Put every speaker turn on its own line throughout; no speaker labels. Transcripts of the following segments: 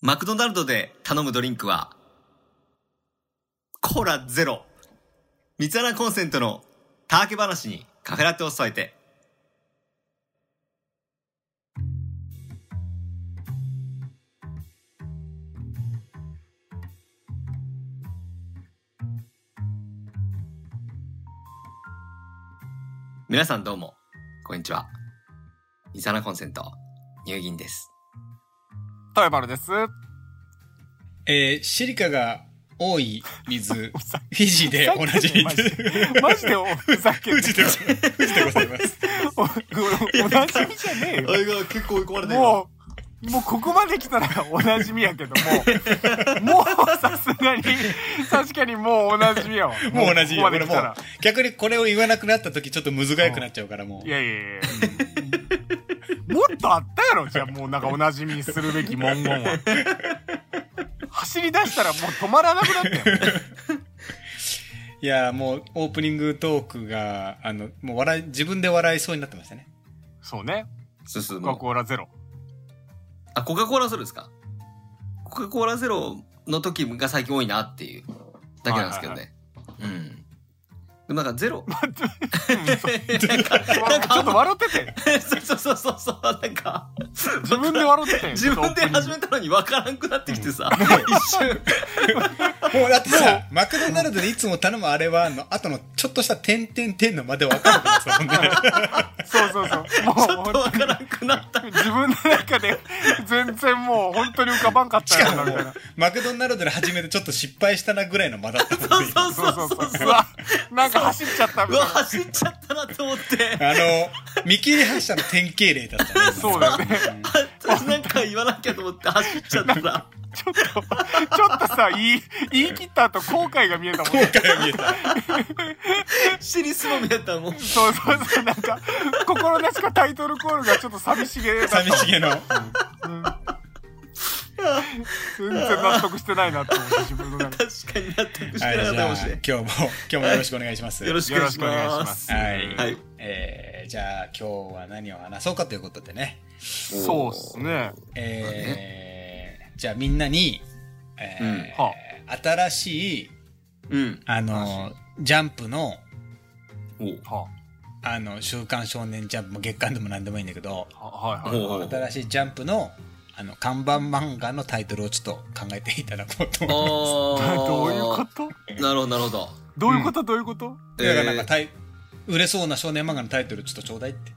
マクドナルドで頼むドリンクは、コーラゼロ。三つ穴コンセントのたわけ話にカフェラテを添えて。皆さんどうも、こんにちは。三つ穴コンセント、入銀です。
富丸です。
えーシリカが多い水、フ
ざ
ィジーで同じ
ふざけんなマジでおふざけん
富
な
士でございます。富士でございます。
おおおなじみじゃねえよ。
が結構追い込まれ
もう、もうここまで来たらおなじみやけども、もうさすがに、確かにもうおなじみやわ。
もう同じ。
ここまで
俺
来
も
た
う
ら。、
逆にこれを言わなくなった時ちょっとむずがゆくなっちゃうからも。
いうやいやいやうん。もっとあったやろじゃあもうなんかおなじみにするべき文言は。走り出したらもう止まらなくなったよ。
いや、もうオープニングトークが、あの、もう笑い、自分で笑いそうになってましたね。
そうね。
そうそう
コカ・コーラゼロ。
あ、コカ・コーラゼロですかコカ・コーラゼロの時が最近多いなっていうだけなんですけどね。うん。でもなんかゼロ。
うんそう
なんか、なん
ちょっと
か、
笑ってて。
そうそうそうそう、なんか、
自分で笑ってて。
自分で始めたのに分からんくなってきてさ、一瞬。
もうだってさ、マクドナルドでいつも頼むあれは、あの後のちょっとした点々点のまで分かるからさ、ほんで
そうそうそう。もう
ちょっと分からんくなった。
自分の中で全然もう本当に浮かばんかっ
したか
よな
も
みた
も
いな
う。、マクドナルドで初めてちょっと失敗したなぐらいの間だったもんね
そう
そ
そううそ
そううそう。
そうう。
わ、なんか走っちゃった
う
み
わ、
たいな。
走っちゃったなと思って。
あの、見切り発車の典型例だったね。
そうだよね。
あなんか言わなきゃと思って走っちゃったら。
ちょっと、ちょっとさ、言い、言い切った後後悔が見えたもん
今
ね。
回見えた。
尻すぼみやったらもう。
そうそうそう。なんか、心なしかタイトルコールがちょっと寂しげだった。
寂 しげの。
全然納得してないなって思って、自分の中で。
確かに納得して
はい、
なかった
じゃ
か
あ
もしれん。
今日も、 今日もよろしくお願いします。
よろしくお願いし
よろしくお願いし
ま。
ますす
はい。
はい。
えーじゃあ今日は何を話そうかということでね。
そうっすね。
えーじゃあみんなに、えー
うんは
新しい、
うん。
あの、ジャンプの、
お
は
あの、週刊少年ジャンプも月刊でも何でもいいんだけど、
あ、ははいはい。
おう
新しいジャンプの、あの、看板漫画のタイトルをちょっと考えていただこうと思います。
あー
どういうこと
なるほど、なるほど。
どういうことどういうこと
だから なんかタイ、売れそうな少年漫画のタイトルちょっとちょうだいって。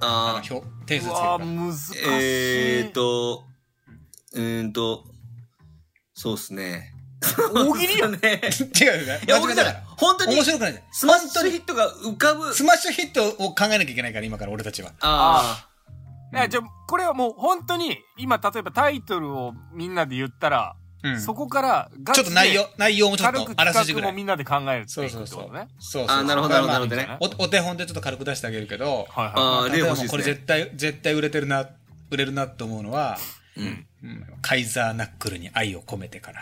あ
あ
の、
ー
表、点数つ
う
ける
わ
から。
難しい。
えーっと、うーんと、そうっすね。
大喜利や
ね。い
違うよね。
や、大喜利だか
だか
らら。。本当に
面、白くないじゃん。
スマッシ
本
ュ
当
ヒ
に
ットが浮かぶ。
スマッシュヒットを考えなきゃいけないから、今から俺たちは。
あ
いやじゃあこれはもう本当に今例えばタイトルをみんなで言ったら、
うん。ち
そ
ょ
こからガチ
っと内容、内容もちょっ
軽く
とあらす
企
じぐ
画も
らい
み。んなで考えるって
そ
いうう
そう
こと
そう。
ね。
そうそう
あーなるほどなるほどなるほどね
まあおお手本でちょっと軽く出してあげるけど、
はいはい
あ
は
ー
例え
例
ば
欲しい
も
うっすね
これ絶対、絶対売れてるな、売れるなと思うのは、
あ。うん。
うんカイザーナックルに愛を込めてから。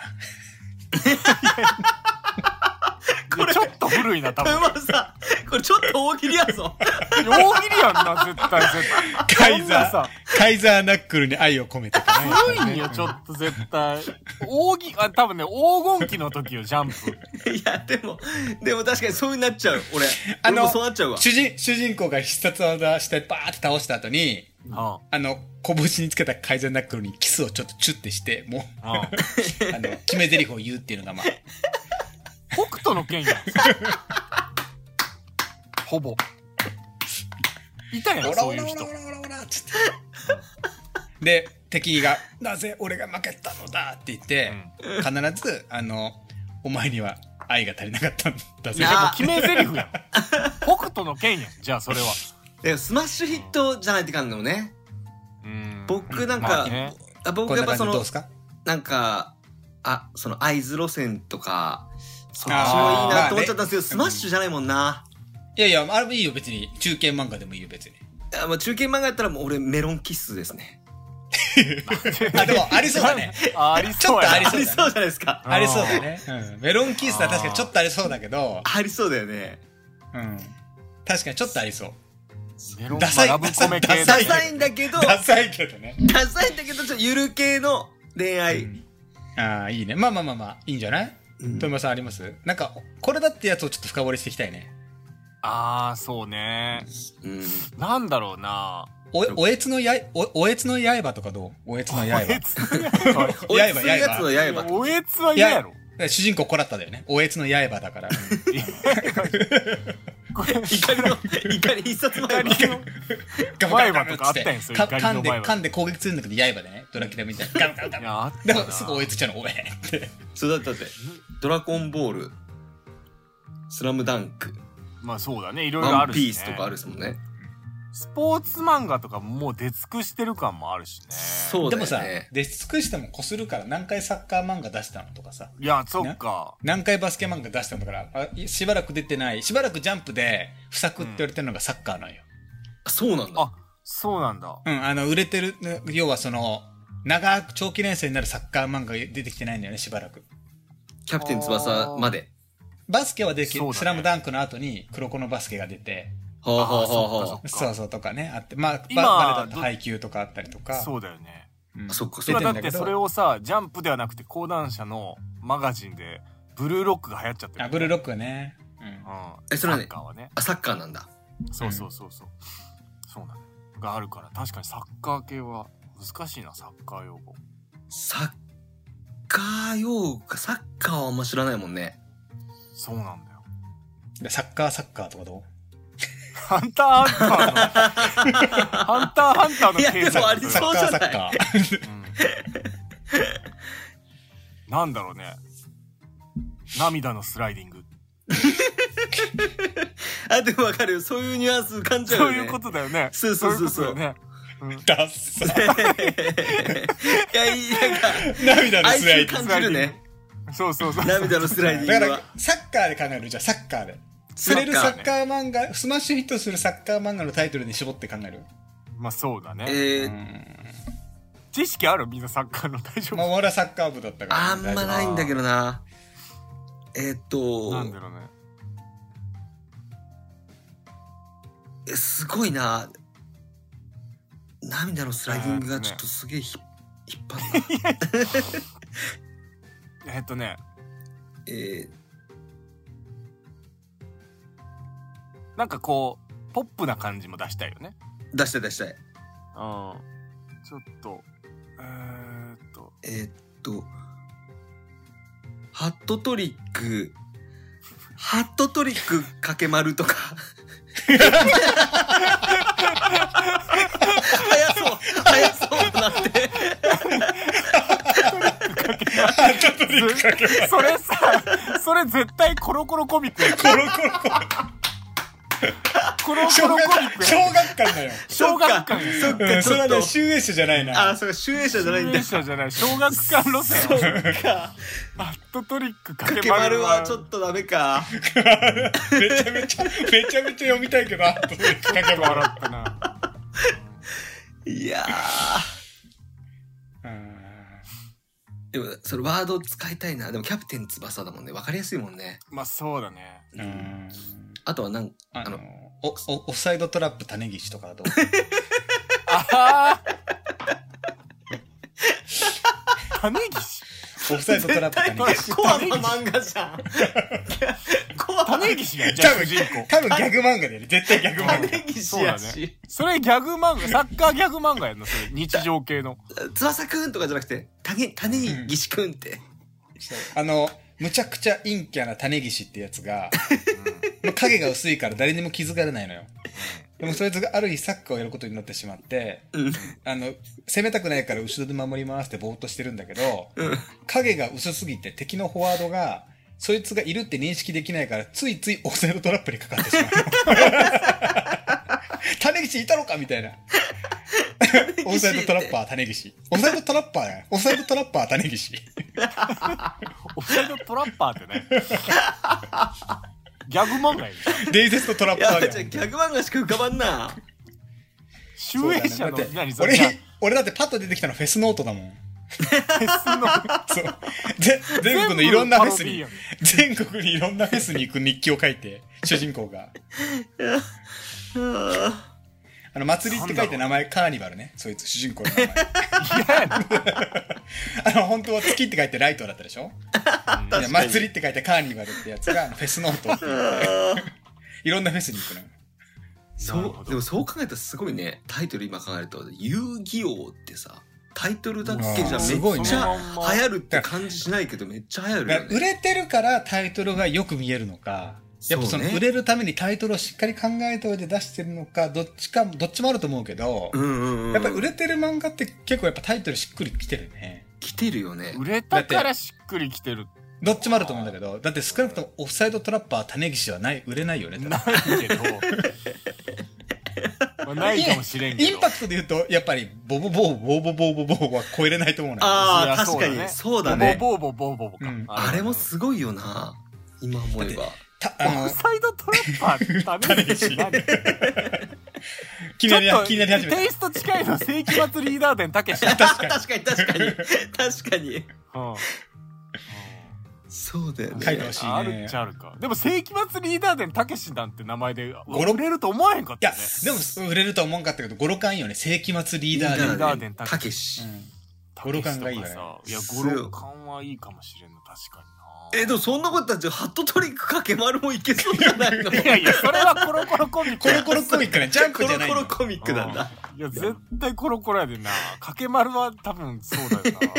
い。これちょっと古いな多
これ
分。
はさ、これちょっと大喜利やぞ。
大喜利やんな絶対絶対。
カイ
そん
ザ
な
ー
さ、
カイザーナックルに愛を込めてから。
古いんよちょっと絶対。大喜あ多分ね黄金期の時よジャンプ。
いや、でも、でも確かにそうなっちゃう、俺。
あ
俺
の
もそうなっちゃうわ。
主人、主人公が必殺技してバーって倒した後に、
うん
あの、拳につけた改善ナックルにキスをちょっとチュッてして、も
う
う、
ん
あの、決め台詞を言うっていうのが、まあ、
北斗の剣やん。ほぼ。いたやんそういう人。
オラオラオラつって。で、敵が、なぜ俺が負けたのだって言って、必ず、あの、お前には愛が足りなかったんだ
い
ぜ
や。でも
なあ
決め台詞やん。北斗の剣やん。じゃあそれは。
でもスマッシュヒットじゃないって感じだもんね。
うん
僕なん
ま
か
あ、ね
あ僕
こん
や
な
っぱ
感
そ
じどう
の
ですか
なんかあその合図路線とかそっちもいい
あー
なと思っちゃったんですけど、スマ
まあ
ッ
ね
シュじゃないもんな、
いやいや、あれもいいよ、別に。中堅漫画でもいいよ、 別に。
あまあ、中堅漫画やったらもう俺メロンキッスですね
あ、でも、ありそうだね。
あありそうやな。
ちょっとあ
あ
りそうだね
りそうじゃないですか
ん
ありそうだね。うん。メロンキースは確かにちょっとありそうだけど、
ありそうだよね
うん。確かにちょっとありそう。
メロン
ダサい
まあラブコメ系
ダサ
ダ
い
サいんだけど
ダサいけどね。
ダサいんだけどちょっとゆる系の恋愛、
ああ、いいね。まあまあまあまあ、いいんじゃない
うん
富山さんありますなんか、これだってやつをちょっと深掘りしていきたいね。
ああそうね
うん
なんだろうな
お、おえつのやい、お、おえつの刃とかどうおえつの刃。
つは
おやつのやつの
嫌や
刃
おえつは嫌やろ
主人公コラッタだよね。おえつの刃だから。
いやこれ
怒りの怒り一冊前に
ガ
刃とかあったんですよ
か
怒りの
噛んで、
刃
噛んで攻撃するんだけど刃でね。ドラキュラみたいに。ガンガンガ
い
ン
やあった
で
な
もすぐおえつちゃうの、おえって。
そうだったって「ドラゴンボール」「スラムダンク」
まあそうだねい
「
ろいろ
ワ
あ
ン
るし、ね、
ピース」とかあるですもんね
スポーツ漫画とかもう出尽くしてる感もあるしね
そう
で
だよ
もさ
ね、
出尽くしてもこするから何回サッカー漫画出したのとかさ。
いやそっか
何回バスケ漫画出したのだからあいしばらく出てないしばらくジャンプで不作って言われてるのがサッカーなんよ、
そうなんだ
あそうなんだ
うん、あの売れてるね要はその長く長期連戦になるサッカー漫画が出てきてないんだよねしばらく
キャプテン翼まで
バスケはでき、
そうだね
スラムダンクの後に黒子のバスケが出て
はあはあはあは
あそっか
そうそうとかねあってまあバ
今
バレーだと配給とかあったりとか
そうだよね
うん
あそっかそ
それ
っ
出
か
て
は
ん
だっ
だ
て
けど
それをさジャンプではなくて講談社のマガジンでブルーロックが流行っちゃってる
あブルーロックね、うん
うん
えそれはね
サッカーはね
あサッカーなんだ
そうそうそうそう、そうなのがあるから確かにサッカー系は難しいなサッカー用語
サッカー用語かサッカーはあんま知らないもんね
そうなんだよ
でサッカーサッカーとかど
ハンターハ ンターのハンターハンターの
いや
経
でもあ
済
り
う
そう
サッ
じ
カー
ゃない
サッカー
うんなんだろうね涙のスライディング
あでもわかるよそういうニュアンス浮かんじゃう
そ
よ
う
ね
いうことだよね
そうそうそうそう
いことだよね
ダッサ
いやいやなんか
涙の
哀
スラ
愁
イディン
感じるね
そうそうそう
涙のスライデ
グ
ィン
だ
グ
か
は
らサッカーで考えるじゃあサッカーで
サ
触れるサ
ね
ッカー漫画、スマッシュヒットするサッカー漫画のタイトルに絞って考える。
まあそうだね、
え
う
ー、
ん。
知識あるみんなサッカーの大丈
まあ、
夫
俺はサッカー部だったから。
あんまないんだけどなえーっ
なん
と
だろうね
えすごいな涙のスライディングがちょっとすげえひ引っ張るな
えっとね
え
なんかこうポップな感じも出したいよね
ー、出したい出したい
うんちょっとえー、っと
えーっとハットトリックハットトリックかけ丸とか早そう早そうだなって
ど。トリックかけます
それさそれ絶対コロコロコミックや
コロコロコロ。
コロコ
小
ロ
学
コミック
小
や
学館だよ。
小学館
そっ
う
か
ん、
ち
そ
ょっ
れは
と
ね、集英社じゃない
あ
な。
そうか集英社じゃないん
中
だ
英社じゃない小学館路線
そうか
バットトリック
か
か
け
け
丸
丸
は
は
ち
ち
ょ
ょ
っとダメか
めちゃめちゃ、めちゃめちゃ読みたいけど、あとでか
っ
け
と
ば。
笑ったない
やーでもそれワード使いたいなでもキャプテン翼だもんねわかりやすいもんね
まあそうだね
うーん。
あとはなん
あ
あの
の、お、お、オフサイドトラップ種岸とかどう
ああ種岸
オフサイドトラップ種岸。
コアな漫画じゃんコア
種岸やんじゃあ
多分
主人公
多分ギャグ漫画だよね。絶対ギャグ漫画。
種岸や
そうだ
し、
それギャグ漫画サッカーギャグ漫画やんのそれ日常系の
翼くんとかじゃなくて種種岸くんって、
あの、むちゃくちゃ陰キャな種岸ってやつが、まあ影が薄いから誰にも気づかれないのよ。でもそいつがある日サッカーをやることになってしまって、
うん
あの、攻めたくないから後ろで守りますってぼーっとしてるんだけど、
うん
影が薄すぎて敵のフォワードが、そいつがいるって認識できないから、ついついオフサイドトラップにかかってしまう。 種岸いたのかみたいな。オフサイドトラッパー、種岸。オフサイドトラッパーや。オフサイドトラッパー、種岸。
オフサイドトラッパーってねギャグ漫画やん
伝説のトラッ
い
パー
や
だ
じゃあ
よ。
ギャグ漫画しか浮かばん な
集
そうだ
英
ね
社の
だって
何それ
俺
じゃあ、
俺だってパッと出てきたのフェスノートだもん。
フェスの
そう。ぜ全国のいろんなフェスに
全部のパロディ、
全国にいろんなフェスに行く日記を書 いて、主人公が。あの、祭りって書いて名前カーニバルね。そいつ、主人公の名前。
嫌やな
あの、本当は月って書いてライトだったでしょいや
かに
祭りって書いてカーニバルってやつが フェスノートっていういろんなフェスに行くのよ
なるほ
そう
ど
でもそう考えたらすごいねタイトル今考えると「遊戯王」ってさタイトルだけじゃ
うんすご
め
い
っ
ね
ちゃ流行るって感じしないけどめっちゃ流行る
だ
よ
から売
ね
れてるからタイトルがよく見えるのかやっぱ
そ
その
うね
売れるためにタイトルをしっかり考えておいて出してるのかどっちかどっちもあると思うけど、
うんうんうん
やっぱり売れてる漫画って結構やっぱタイトルしっくりきてるね
来てるよね
売れたからしっくりきてる
どっちもあると思うんだけどだって少なくともオフサイドトラッパー種岸はない売れないよね多分
ないけど まあないかもしれんけど
インパクトで言うとやっぱりボボボーボボボボボボは超えれないと思うな
ああ
そ
確
り
か
ゃそうだね
にそうだね
ボーボーボーボーボーか、
うん
あれもすごいよな今思えば
たあ
オ
の
フサイドトラッパー食べるし何
気に
ちょ
な
っ
り
と
気になり始め
テイスト近いの世紀末リーダー伝たけし、う ん
確かに確かに確かに
うん
そうだよ
た書いて
ね
ほしい
ある
ね
っちゃあるかでも世紀末リーダー伝たけしなんて名前で
ゴロ
売れると思わへんかっ
い
た
や
よね
でも売れるとは思うんかったけど56巻いいよね世紀末リーダーで、
リーダー伝
たけし
うん
たけしとかさ
ゴロ感がいいよね
いや五六感はいいかもしれんな確かに
えでもそんなことだってハットトリックかけ丸もいけそうじゃないの
ないやいやそれはコロコロコミック
コロコロコミックねジャン
コ
プじゃ
ロ
ない
コ
の
ロコミックなんだ
いや絶対コロコロやでなかけ丸は多分そうだよな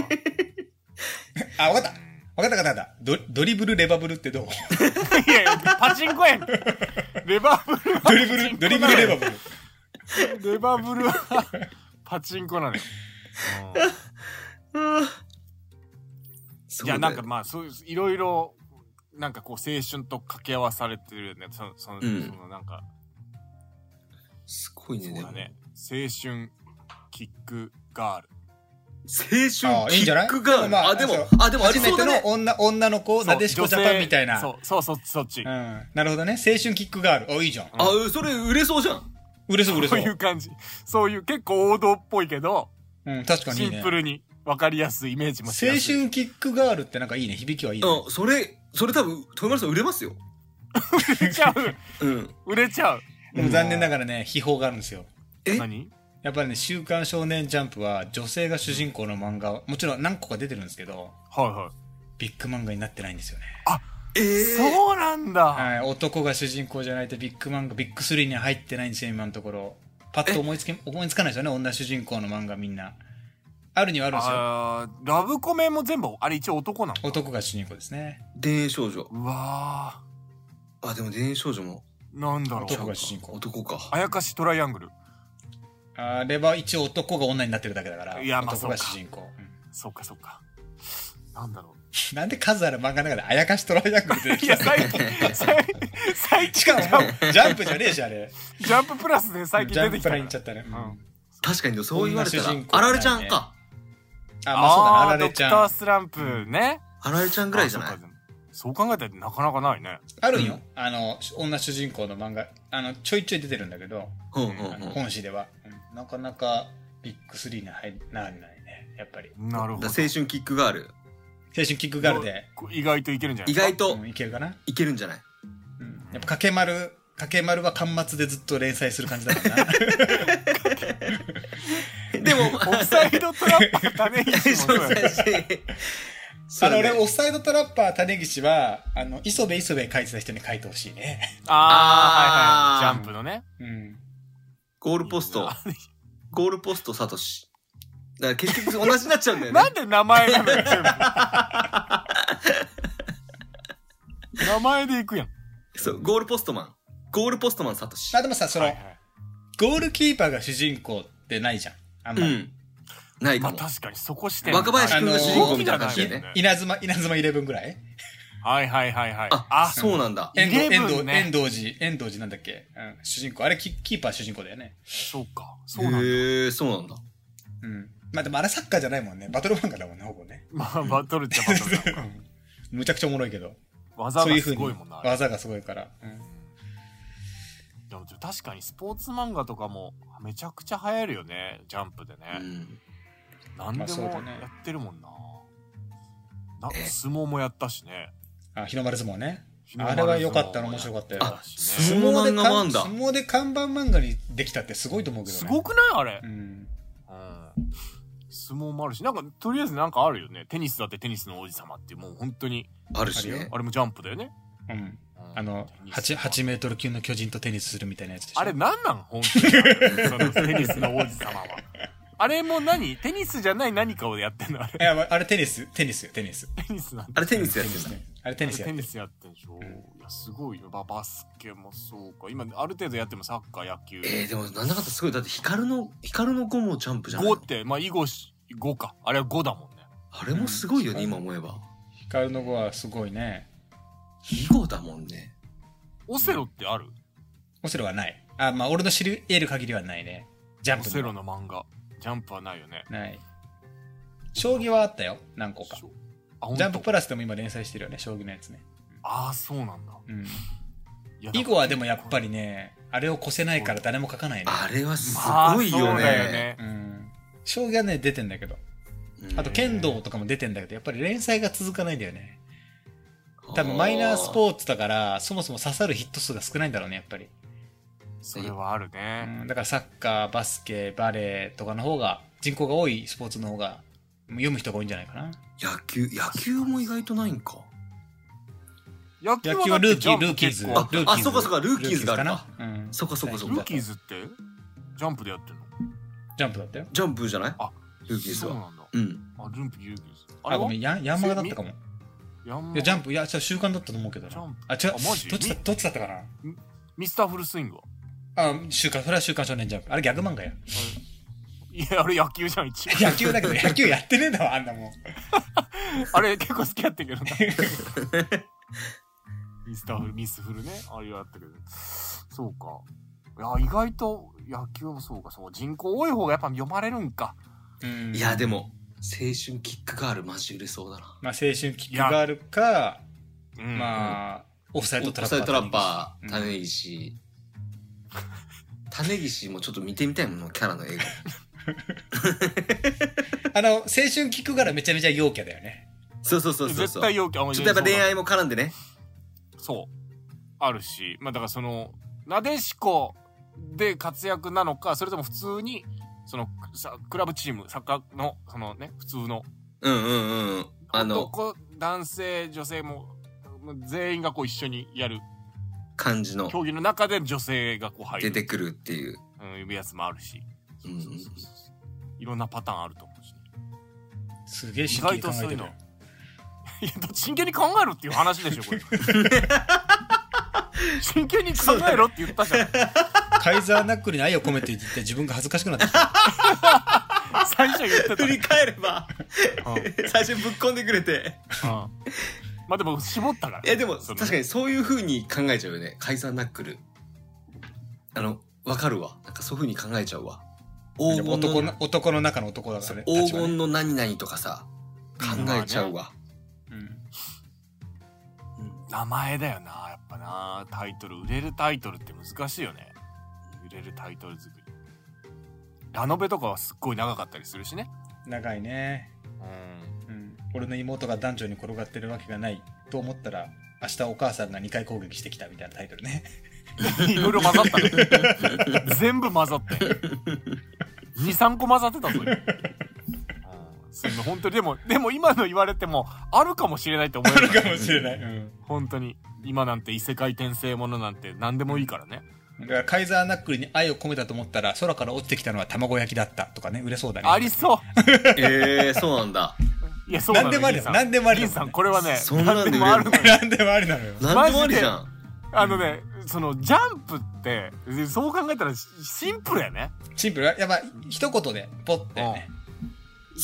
あわかったわかったわかったわかったドドリブルレバブルってどう
いやいやパチンコやんレバーブルは
ドリブルドリブルレバブル
レバブルは パチンコなのよ。
うん
いやなんかまあそういういろいろなんかこう青春と掛け合わされてるよね。そのその、
うん
そのなんか
すごいね
そう
で
だ
も
ね青春キックガール。
青
あ
春
いいん
キ
じゃない
ックガールあでもあでもあり
初め
そうだ
ての
ね
女女の子なでしこジャパンみたいな
そうそうそうそっち。
う
こ
ん、なるほどね青春キックガールあいいじゃん
あうんそれ売れそうじゃん
売れそう売れそう
ういう感じ。そういう結構王道っぽいけど
うん、確かにい
シ
いね
ンプルに分かりやすいイメージも
青
しやすい
春キックガールってなんかいいね響きはいいね
うんそれそれ多分豊丸さん売れますよ
売れちゃう
うん
売れちゃ う。
でも残念ながらね秘宝があるんですよ
え
何？
やっぱりね「週刊少年ジャンプ」は女性が主人公の漫画もちろん何個か出てるんですけど
はいはい。
ビッグ漫画になってないんですよね、
えー
そうなんだ。
はい、男が主人公じゃないとビッグ漫画ビッグ3には入ってないんですよ今のところパッと思いつけ思いつかないですよね女主人公の漫画みんなあるにはあるんですよ
あーラブコメも全部あれ一応男なの
男が主人公ですね
田園少女
うわ
あでも田園少女も
ーなんだろう
男が主人公
男か
あやかしトライアングル
あれは一応男が女になってるだけだから
いやまあ
男が
そうか
主人公、うん
そうかそうかなんだろ
なんで数ある漫画の中であやかしトライアングル出て
うい
きた
や最
の
近最近最
し
近
か ももうジャンプじゃねえしあれ
ジャンププラスで最
ジ
近
ャ
出て
ン
き
ププ
たか
ラ
ら
に行っちゃったね、うん
うん
あ
確かにそう言われた
女主
ら
人公
あられちゃんか
まあそうだねあ
ー
られち
ドク
ゃ
タ
ん
ースランプね
あられちゃんぐらいじゃない
あそうかそう考えたらなかなかないね
あるんよ、
うん
あの女主人公の漫画あのちょいちょい出てるんだけど、
うんうん
あ
う
の
ん
本誌では、うんなかなかビッグ3には入らないねやっぱり
なるほ
だ
ど
青春キックガール
青春キックガールで、
意外といけるんじゃない
意外と
うんいけるかな、
いけるんじゃない
うん、やっぱ掛け丸掛け丸は巻末でずっと連載する感じだからな
でも
オ フサイドトラッパー種石もそうやね
そ
あ
うだ
の
ね
俺オフサイドトラッパー種岸はあの磯部磯部書いてた人に書いてほしいね
ああ
あー
はいはいジャンプのね
うん
ゴールポスト
あ
ゴールポストサトシだから結局同じになっちゃうんだよね
なんで名前なのよ 全部名前で行くやん。
そうゴールポストマンゴールポストマンサトシ
あでもさその、
はいはい
ゴールキーパーが主人公ってないじゃんあん
う
まり、
んない
まあ
かも
確かにそこして
若林
君が主人公み
たいな感じだよね
稲妻稲妻イレブンぐらい
はいはいはいはい。
あそうなんだ
遠藤、遠
11
藤、
ね
遠藤寺、遠藤寺なんだっけ、うん、主人公。あれキ、キーパー主人公だよね。
そうか。そうなんだ。
へえそうなんだ
うん。まあでもあれサッカーじゃないもんね。バトル漫画だもんね、ほぼね。
まあバトルっちゃバトルだ。
むちゃくちゃおもろいけど。
技
そう
が
いうふ
す
う
ご
に
いもんな。あれ
技がすごいから。うん
でも確かにスポーツ漫画とかもめちゃくちゃ流行るよね、ジャンプで
う
ね。
ん
何
ま
で
あそう
も
だね
やってるもんな。な
え
相撲もやったしね。
あ、日の丸相撲ね。あれは良かったな面白かったよ
日の丸相撲もやっ
相撲漫画もあんだ
相撲で看相撲で看板漫画にできたってすごいと思う
た
け
しね
どね。
すごくないあれ
う。ん。
うん相撲もあるしなんかとりあえずなんかあるよねテニスだってテニスの王子様ってもう本当に
あるし
ある
ね
よ
あれもジャンプだよね、
うん。
うん
あの、8、8メートル級の巨人とテニスするみたいなやつでしょ
あれなんなん本当にそのテニスの王子様はあれも何テニスじゃない何かをやってんのあれ
いやまああれテニス、テニスよ、テニス。
テニスなんだ
あれテニスやってんだ
ね。あれテニスや
テ
って
ニ
る。
スやってんでしょ、いやすごいよババスケもそうか今ある程度やってもサッカー野球
えー、でもなんだかんだすごいだって光の光の5もジャンプじゃない
5
の
ってまあ囲碁し5かあれは5だもんね
あれもすごいよね、
うん
今思えば
ヒカルの子はすごいね。
囲碁だもんね
オセロってある、
オセロはない。あ、まあ俺の知る、得る限りはないね。ジャン
オ
プ
セ
に
ロ
は
の漫画ジャンプはないよね
ない。将棋はあったよ、何個か。
そうあ本
ジャン
当
ププラスでも今連載してるよね、将棋のやつね。
ああそうなんだ
うん。
いや
囲碁はでもやっぱりね、あれを越せないから誰も書かないね。
あれはす
まあ
ごい
そ
よ
う
ね,、
だよね
うん。将棋はね、出てんだけど。
うん
あと剣道とかも出てんだけど、やっぱり連載が続かないんだよね。多分マイナースポーツだから、そもそも刺さるヒット数が少ないんだろうね、やっぱり。
それはあるね、
うん、だからサッカー、バスケ、バレーとかの方が、人口が多いスポーツの方が、読む人が多いんじゃないかな。
野球野球も意外とないんか
野球
野球は
はだ
ル
っ
ー
て
キ
ジャ
ー、
ンプ
ル
あ
結構
ーキーズ。ルーキーズ
あそうかそうかルーキーズがあるか。
ルーキーズなうん。
そっかそっかそっ
ル
か
ーキーズってジャンプでやってんの
ジャンプだったよ。
ジャンプじゃない
あ
ルーキーズ
そう
は
なんだ
うん
あルーキールーキーズあ
あ、ごめん、
ん
ヤンヤンマガだったかも。
ヤン
い
マ
や、ジャンプ、いや、ちょ習慣だったと思うけど
ジャ
な
ンプ。
あ、違
あマジ
う、どっちだ、どっちだったかな。
ミスターフルスイングは
あ、週刊、それは週刊少年ジャンプ。あれギャグ漫 画や。
いやあれ野球じゃん一応
野球だけど、野球やってねえんだわ、あんなもん。
あれ結構好きやって んけどなミスターフルミスフルねあれやったけどそうかいや意外と野球もそうかそう人口多い方がやっぱ読まれるんか
うん
いやでも青春キックガールマジ売れそうだな
まあ、青春キックがあるか、
うん
まあ、オフサイドト
オ
ラ
フサ
ッパー。
イドトラッパー
うん
種岸種岸もちょっと見てみたいもんキャラの映画
あの、青春聞くからめちゃめちゃ陽キャだよね。
そうそうそうそう
絶
そう
対要求あんまり
ちょっとやっぱ恋愛も絡んでね
そう。あるし、まあだからその、なでしこで活躍なのか、それとも普通に、その、さクラブチーム、サッカーの、そのね、普通の、
うんうんうんうんあの
男、男性、女性も、もう全員がこう一緒にやる、
感じの
競技の中で女性がこう入
出
る、
てくるっていう
うん、いうやつもあるし、
うんうん
そうそうそういろんなパターンあると思うし、ね、
すげえ
意
真剣
外
に考
とそうい
えて
う
る
の。。いや、真剣に考えろっていう話でし ょ、これ。真剣に考えろって言っ たじゃん。
カイザーナックルに愛を込めて言って自分が恥ずかしくなってきた。
最初言ってた
振。り返れば
うん
最初ぶっ込んでくれて
まあでも絞ったから。
いやでも
その
確かにそういう風に考えちゃうよね解散ナックルあのわかるわなんかそういう風に考えちゃうわ黄金の
男の、男の中の男だからね。
黄
立場ね
金の何々とかさ考えちゃうわ、う
うん
ん
名前だよな、やっぱな。タイトル、売れるタイトルって難しいよね。売れるタイトル作り。ラノベとかはすっごい長かったりするしね。
長いね。
うん。
うん。俺の妹が男女に転がってるわけがないと思ったら、明日お母さんが2回攻撃してきたみたいなタイトルね。
いろいろ混ざった ね。全部混ざって。2、3個混ざってたぞ、 今。うんそんな本当にでも、でも今の言われても、あるかもしれないって思えるから。
かもしれない。うん。
本当に。今なんて異世界転生ものなんて何でもいいからね。
だからカイザーナックルに愛を込めたと思ったら、空から落ちてきたのは卵焼きだったとかね、売れそうだね。
ありそう。
えー、そうなんだ
いや、そうなの
何でもあり
リン
だよ
さん
何でもありだよ
リンさん、これはね、
そんなの
何でもあるのよ
なんでもありなのよ。
何でもありじゃん
あのね、その、ジャンプって、そう考えたらシシンプルやね。
シンプル。やっぱ、一言で、ポッてね。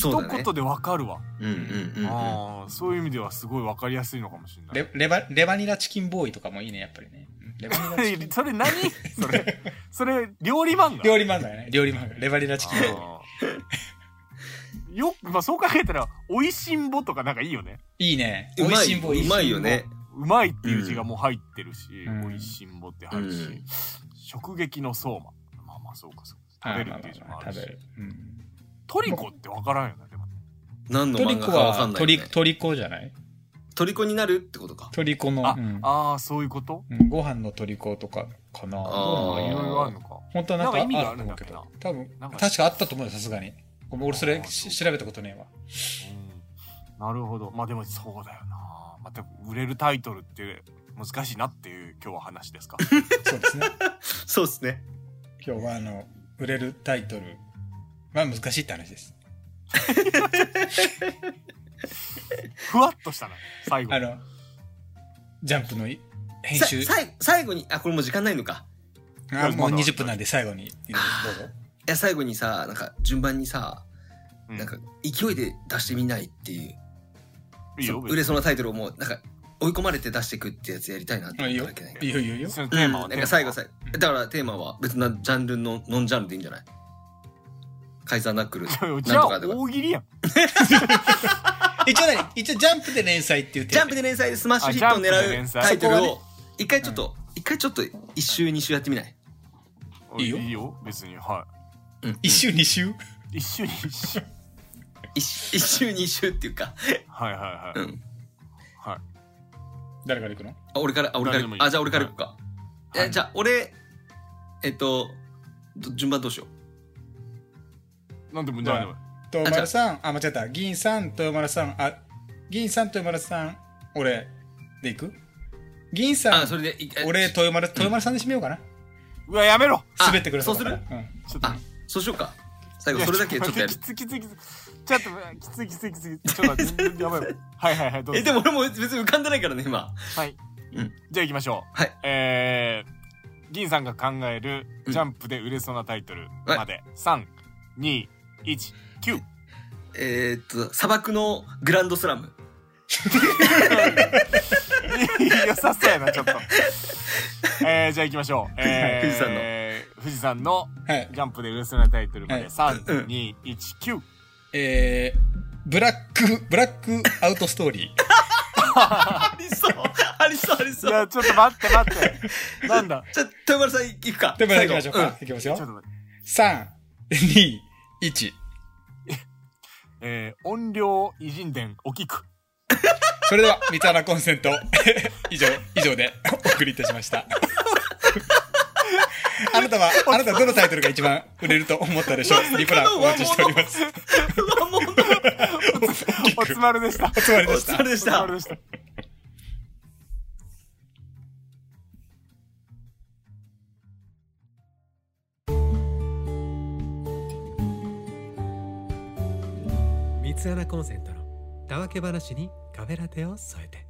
そうだね
一言でわかるわ。
うんうんうんうん
ああ、そういう意味ではすごいわかりやすいのかもしれない。。
レレバレバニラチキンボーイとかもいいね、やっぱりね。レバニラチキ ン
それ何それ、それ、料理漫画
料理漫画やね。料理漫画。レバニラチキンボー
あーよく、まあ、そう考えたら、おいしんぼとかなんかいいよね。
イ。いいね。
う
美
ま
味
い
しんぼいい。
うまいよね
うまいっていう字がもう入ってるし、
うん
おいしんぼって入るし、
うん
食撃の相馬。まあまあ、そうか、そうか。食べるっていう字もあるし。
食べる。うん
トリコってわからんよね、でも。
何の
トリ
漫画
コ
かわか
は
んない
ト
よ、ね、
リ、トリコじゃない
トリコになるってことか
トリコの、
あ、
うん
あーそういうこと
うんご飯のトリコとかかな。
あー
どう
あ
な
い
のか
ろい
な
ろあるのか。
本当はな
なん
んか
か意味が
あると思うけど
あるんだっ。
多分、
なんか
確かあったと思うよ、さすがに。ごめん、俺それし調べたことねえわ。
うんなるほどまあでもそうだよなまた売れるタイトルって難しいなっていう今日は 話ですか
そうですね。
そうですね。
今日はあの、売れるタイトルは難しいって話です。
ふわっとしたな最後
あの、ジャンプのい編
さ
集。
さい最後に、あ、これもう時間ないのか。
あも
ま
う
だ
20分なんで最後に、どうぞ。
いや、最後にさ、なんか順番にさ、
う
なんか勢いで出してみないっていう、
いい
そ
よ別
売
に
れそうなタイトルをもう、なんか追い込まれて出していくってやつやりたいなって
あいい
思っ
よ
ただけだけど
いいよいいよいいよ。
そのテ
うん
ーマは、
なんか最後
テー
さ、だからテーマは別なジャンルの、ノンジャンルでいいんじゃないカイザーナックル。
マはじ
な
ゃ
ん
あ
とかとか
大喜利やん
一応何一応ジャンプで連載っていう
ジャンプ
で。
で連載でスマッシュヒットを狙
あジャンプで連
う
載
タイトル
そこは
を、一回ちょっと、一回ちょっと一週二週やってみない
いいよ
いいよ別には
うん
一週二週
い一緒に一 緒
一一週二週っていうか、
はいはいは
う
い、
ん。
はい
誰から行くの
あ、俺から、あ、俺か
誰で
ら
もいい、
あ、じゃあ俺から行くか。
はい
え、じゃあ俺、えっと、ど順番どうしよう。
なんでもないでも
豊丸さん、あ、間違った。銀さん、豊丸さん、あ、銀さん、豊丸さん、俺、でいく銀さ
あ、
ん
そ、れで、い
俺、、豊丸、豊丸さんで締めようかな。
うわやめろ
あ
滑ってくれだ
そう
から
ちょっと
あ、そうしようか。最後、それだけちょっとやる
き。ついきついきついちょっときついきついきついちょっと待ってやば いはいはいはいどうぞ
え、でも俺も別に浮かんでないからね、今。
はい、
うん
じゃあ行きましょう
はい
えー、銀さんが考える
うん
ジャンプで売れそうなタイトルまで、321キュ ー
えーっと、砂漠のグランドスラム。
良さそうやなちょっとえー、じゃあ行きま しょう、えー、
富士山の
富士山の
うん。はい。
ジャンプで売れそうなタイトルまで、
はい
うん
3219
えー、ブラック、ブラックアウトストーリー。
ありそう、 ありそう、あり
い
そう。
やちょっと待って待ってなんだ
じゃあ、豊丸さん行くか。
でも行きましょう
最
か。
後
行きます
ちょっと
よ。
待って
3、2、1。
えー、音量偉人伝おきく
それでは、三原コンセント、 以上、以上でお送りいたし ました。あなたは、あなたはどのタイトルが一番売れると思ったでしょうリプランお待ちしております。
うん。うわ、 もう、
おつまるでした
お疲れ
お
でした
疲。れでし
お
た
疲れ。でした
三つ穴コンセントのたわけ話にカフェラテを添えて